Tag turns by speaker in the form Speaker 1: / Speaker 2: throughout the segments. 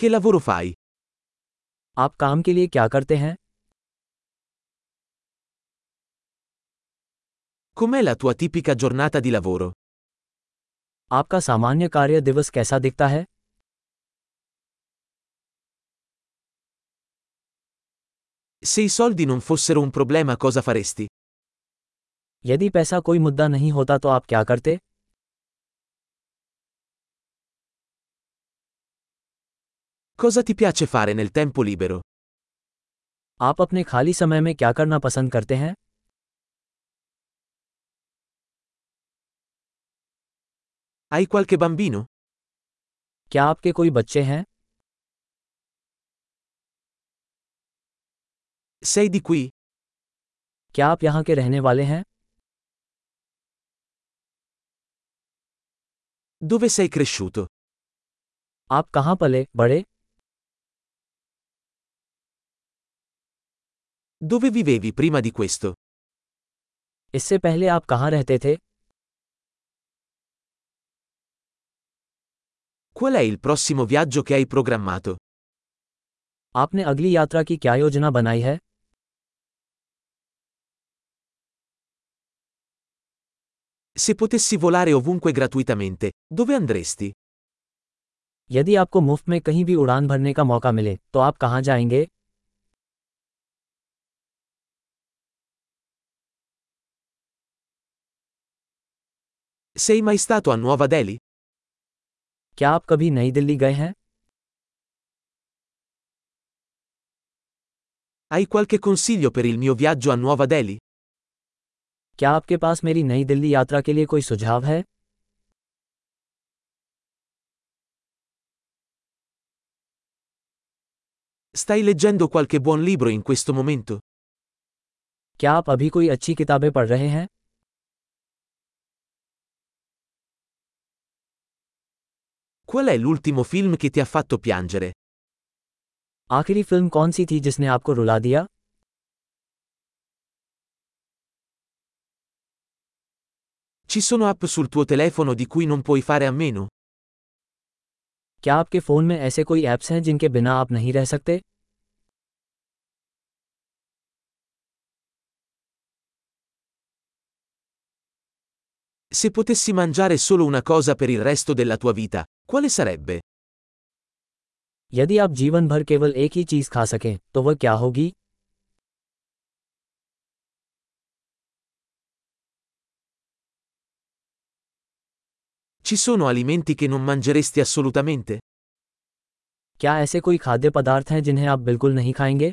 Speaker 1: Che lavoro fai?
Speaker 2: आप काम के लिए क्या करते हैं
Speaker 1: Com'è la tua tipica giornata di lavoro?
Speaker 2: आपका सामान्य कार्य दिवस कैसा दिखता है
Speaker 1: Se i soldi non fossero un problema cosa faresti?
Speaker 2: यदि पैसा कोई मुद्दा नहीं होता तो आप क्या करते
Speaker 1: Cosa ti piace fare nel tempo libero?
Speaker 2: आप अपने खाली समय में क्या करना पसंद करते हैं
Speaker 1: Hai qualche bambino?
Speaker 2: क्या आपके कोई बच्चे हैं
Speaker 1: Sei di qui?
Speaker 2: क्या आप यहाँ के रहने वाले हैं
Speaker 1: Dove sei cresciuto?
Speaker 2: आप कहाँ पले बड़े
Speaker 1: Dove vivevi prima di questo?
Speaker 2: इससे पहले आप कहाँ रहते थे
Speaker 1: Qual è il prossimo viaggio che hai programmato?
Speaker 2: आपने अगली यात्रा की क्या योजना बनाई है
Speaker 1: Se potessi volare ovunque gratuitamente, dove andresti?
Speaker 2: यदि आपको मुफ्त में कहीं भी उड़ान भरने का मौका मिले तो आप कहाँ जाएंगे
Speaker 1: Sei mai stato a Nuova Delhi?
Speaker 2: क्या आप कभी नई दिल्ली गए हैं
Speaker 1: Hai qualche consiglio per il mio viaggio a Nuova Delhi?
Speaker 2: क्या आपके पास मेरी नई दिल्ली यात्रा के लिए कोई सुझाव है
Speaker 1: Stai leggendo qualche buon libro in questo momento?
Speaker 2: क्या आप अभी कोई अच्छी किताबें पढ़ रहे हैं
Speaker 1: Qual è l'ultimo film che ti ha fatto piangere?
Speaker 2: आखिरी फिल्म कौन सी थी जिसने आपको रुला दिया
Speaker 1: Ci sono app sul tuo telefono di cui non puoi fare a meno?
Speaker 2: क्या आपके फ़ोन में ऐसे कोई ऐप्स हैं जिनके बिना आप नहीं रह सकते
Speaker 1: Se potessi mangiare solo una cosa per il resto della tua vita, quale sarebbe?
Speaker 2: यदि आप जीवन भर केवल एक ही चीज़ खा सकें तो वह क्या होगी
Speaker 1: Ci sono alimenti che non mangeresti assolutamente?
Speaker 2: क्या ऐसे कोई खाद्य पदार्थ हैं जिन्हें आप बिल्कुल नहीं खाएंगे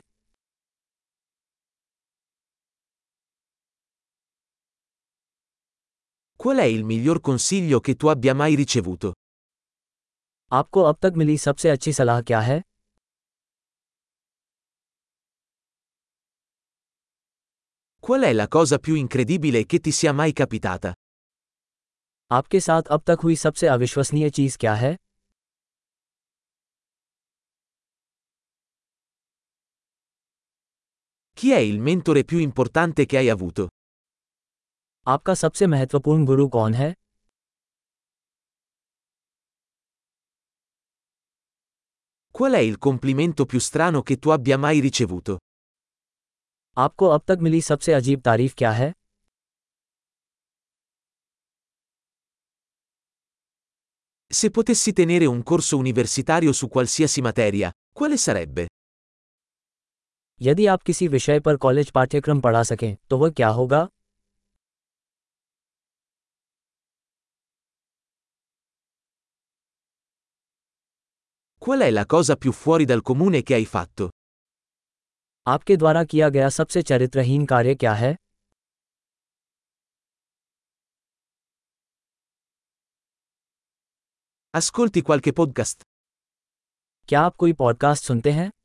Speaker 1: Qual è il miglior consiglio che tu abbia mai ricevuto?
Speaker 2: आपको अब तक मिली सबसे अच्छी सलाह क्या है
Speaker 1: Qual è la cosa più incredibile che ti sia mai capitata?
Speaker 2: आपके साथ अब तक हुई सबसे अविश्वसनीय चीज़ क्या है
Speaker 1: Chi è il mentore più importante che hai avuto?
Speaker 2: आपका सबसे महत्वपूर्ण गुरु कौन है
Speaker 1: Qual è il complimento più strano che tu abbia mai ricevuto?
Speaker 2: आपको अब तक मिली सबसे अजीब तारीफ क्या है
Speaker 1: Se potessi tenere un corso universitario su qualsiasi materia, quale sarebbe?
Speaker 2: यदि आप किसी विषय पर कॉलेज पाठ्यक्रम पढ़ा सकें तो वह क्या होगा
Speaker 1: Qual è la cosa più fuori dal comune che hai fatto?
Speaker 2: आपके द्वारा किया गया सबसे चरित्रहीन कार्य क्या है
Speaker 1: Ascolti qualche podcast?
Speaker 2: क्या आप कोई पॉडकास्ट सुनते हैं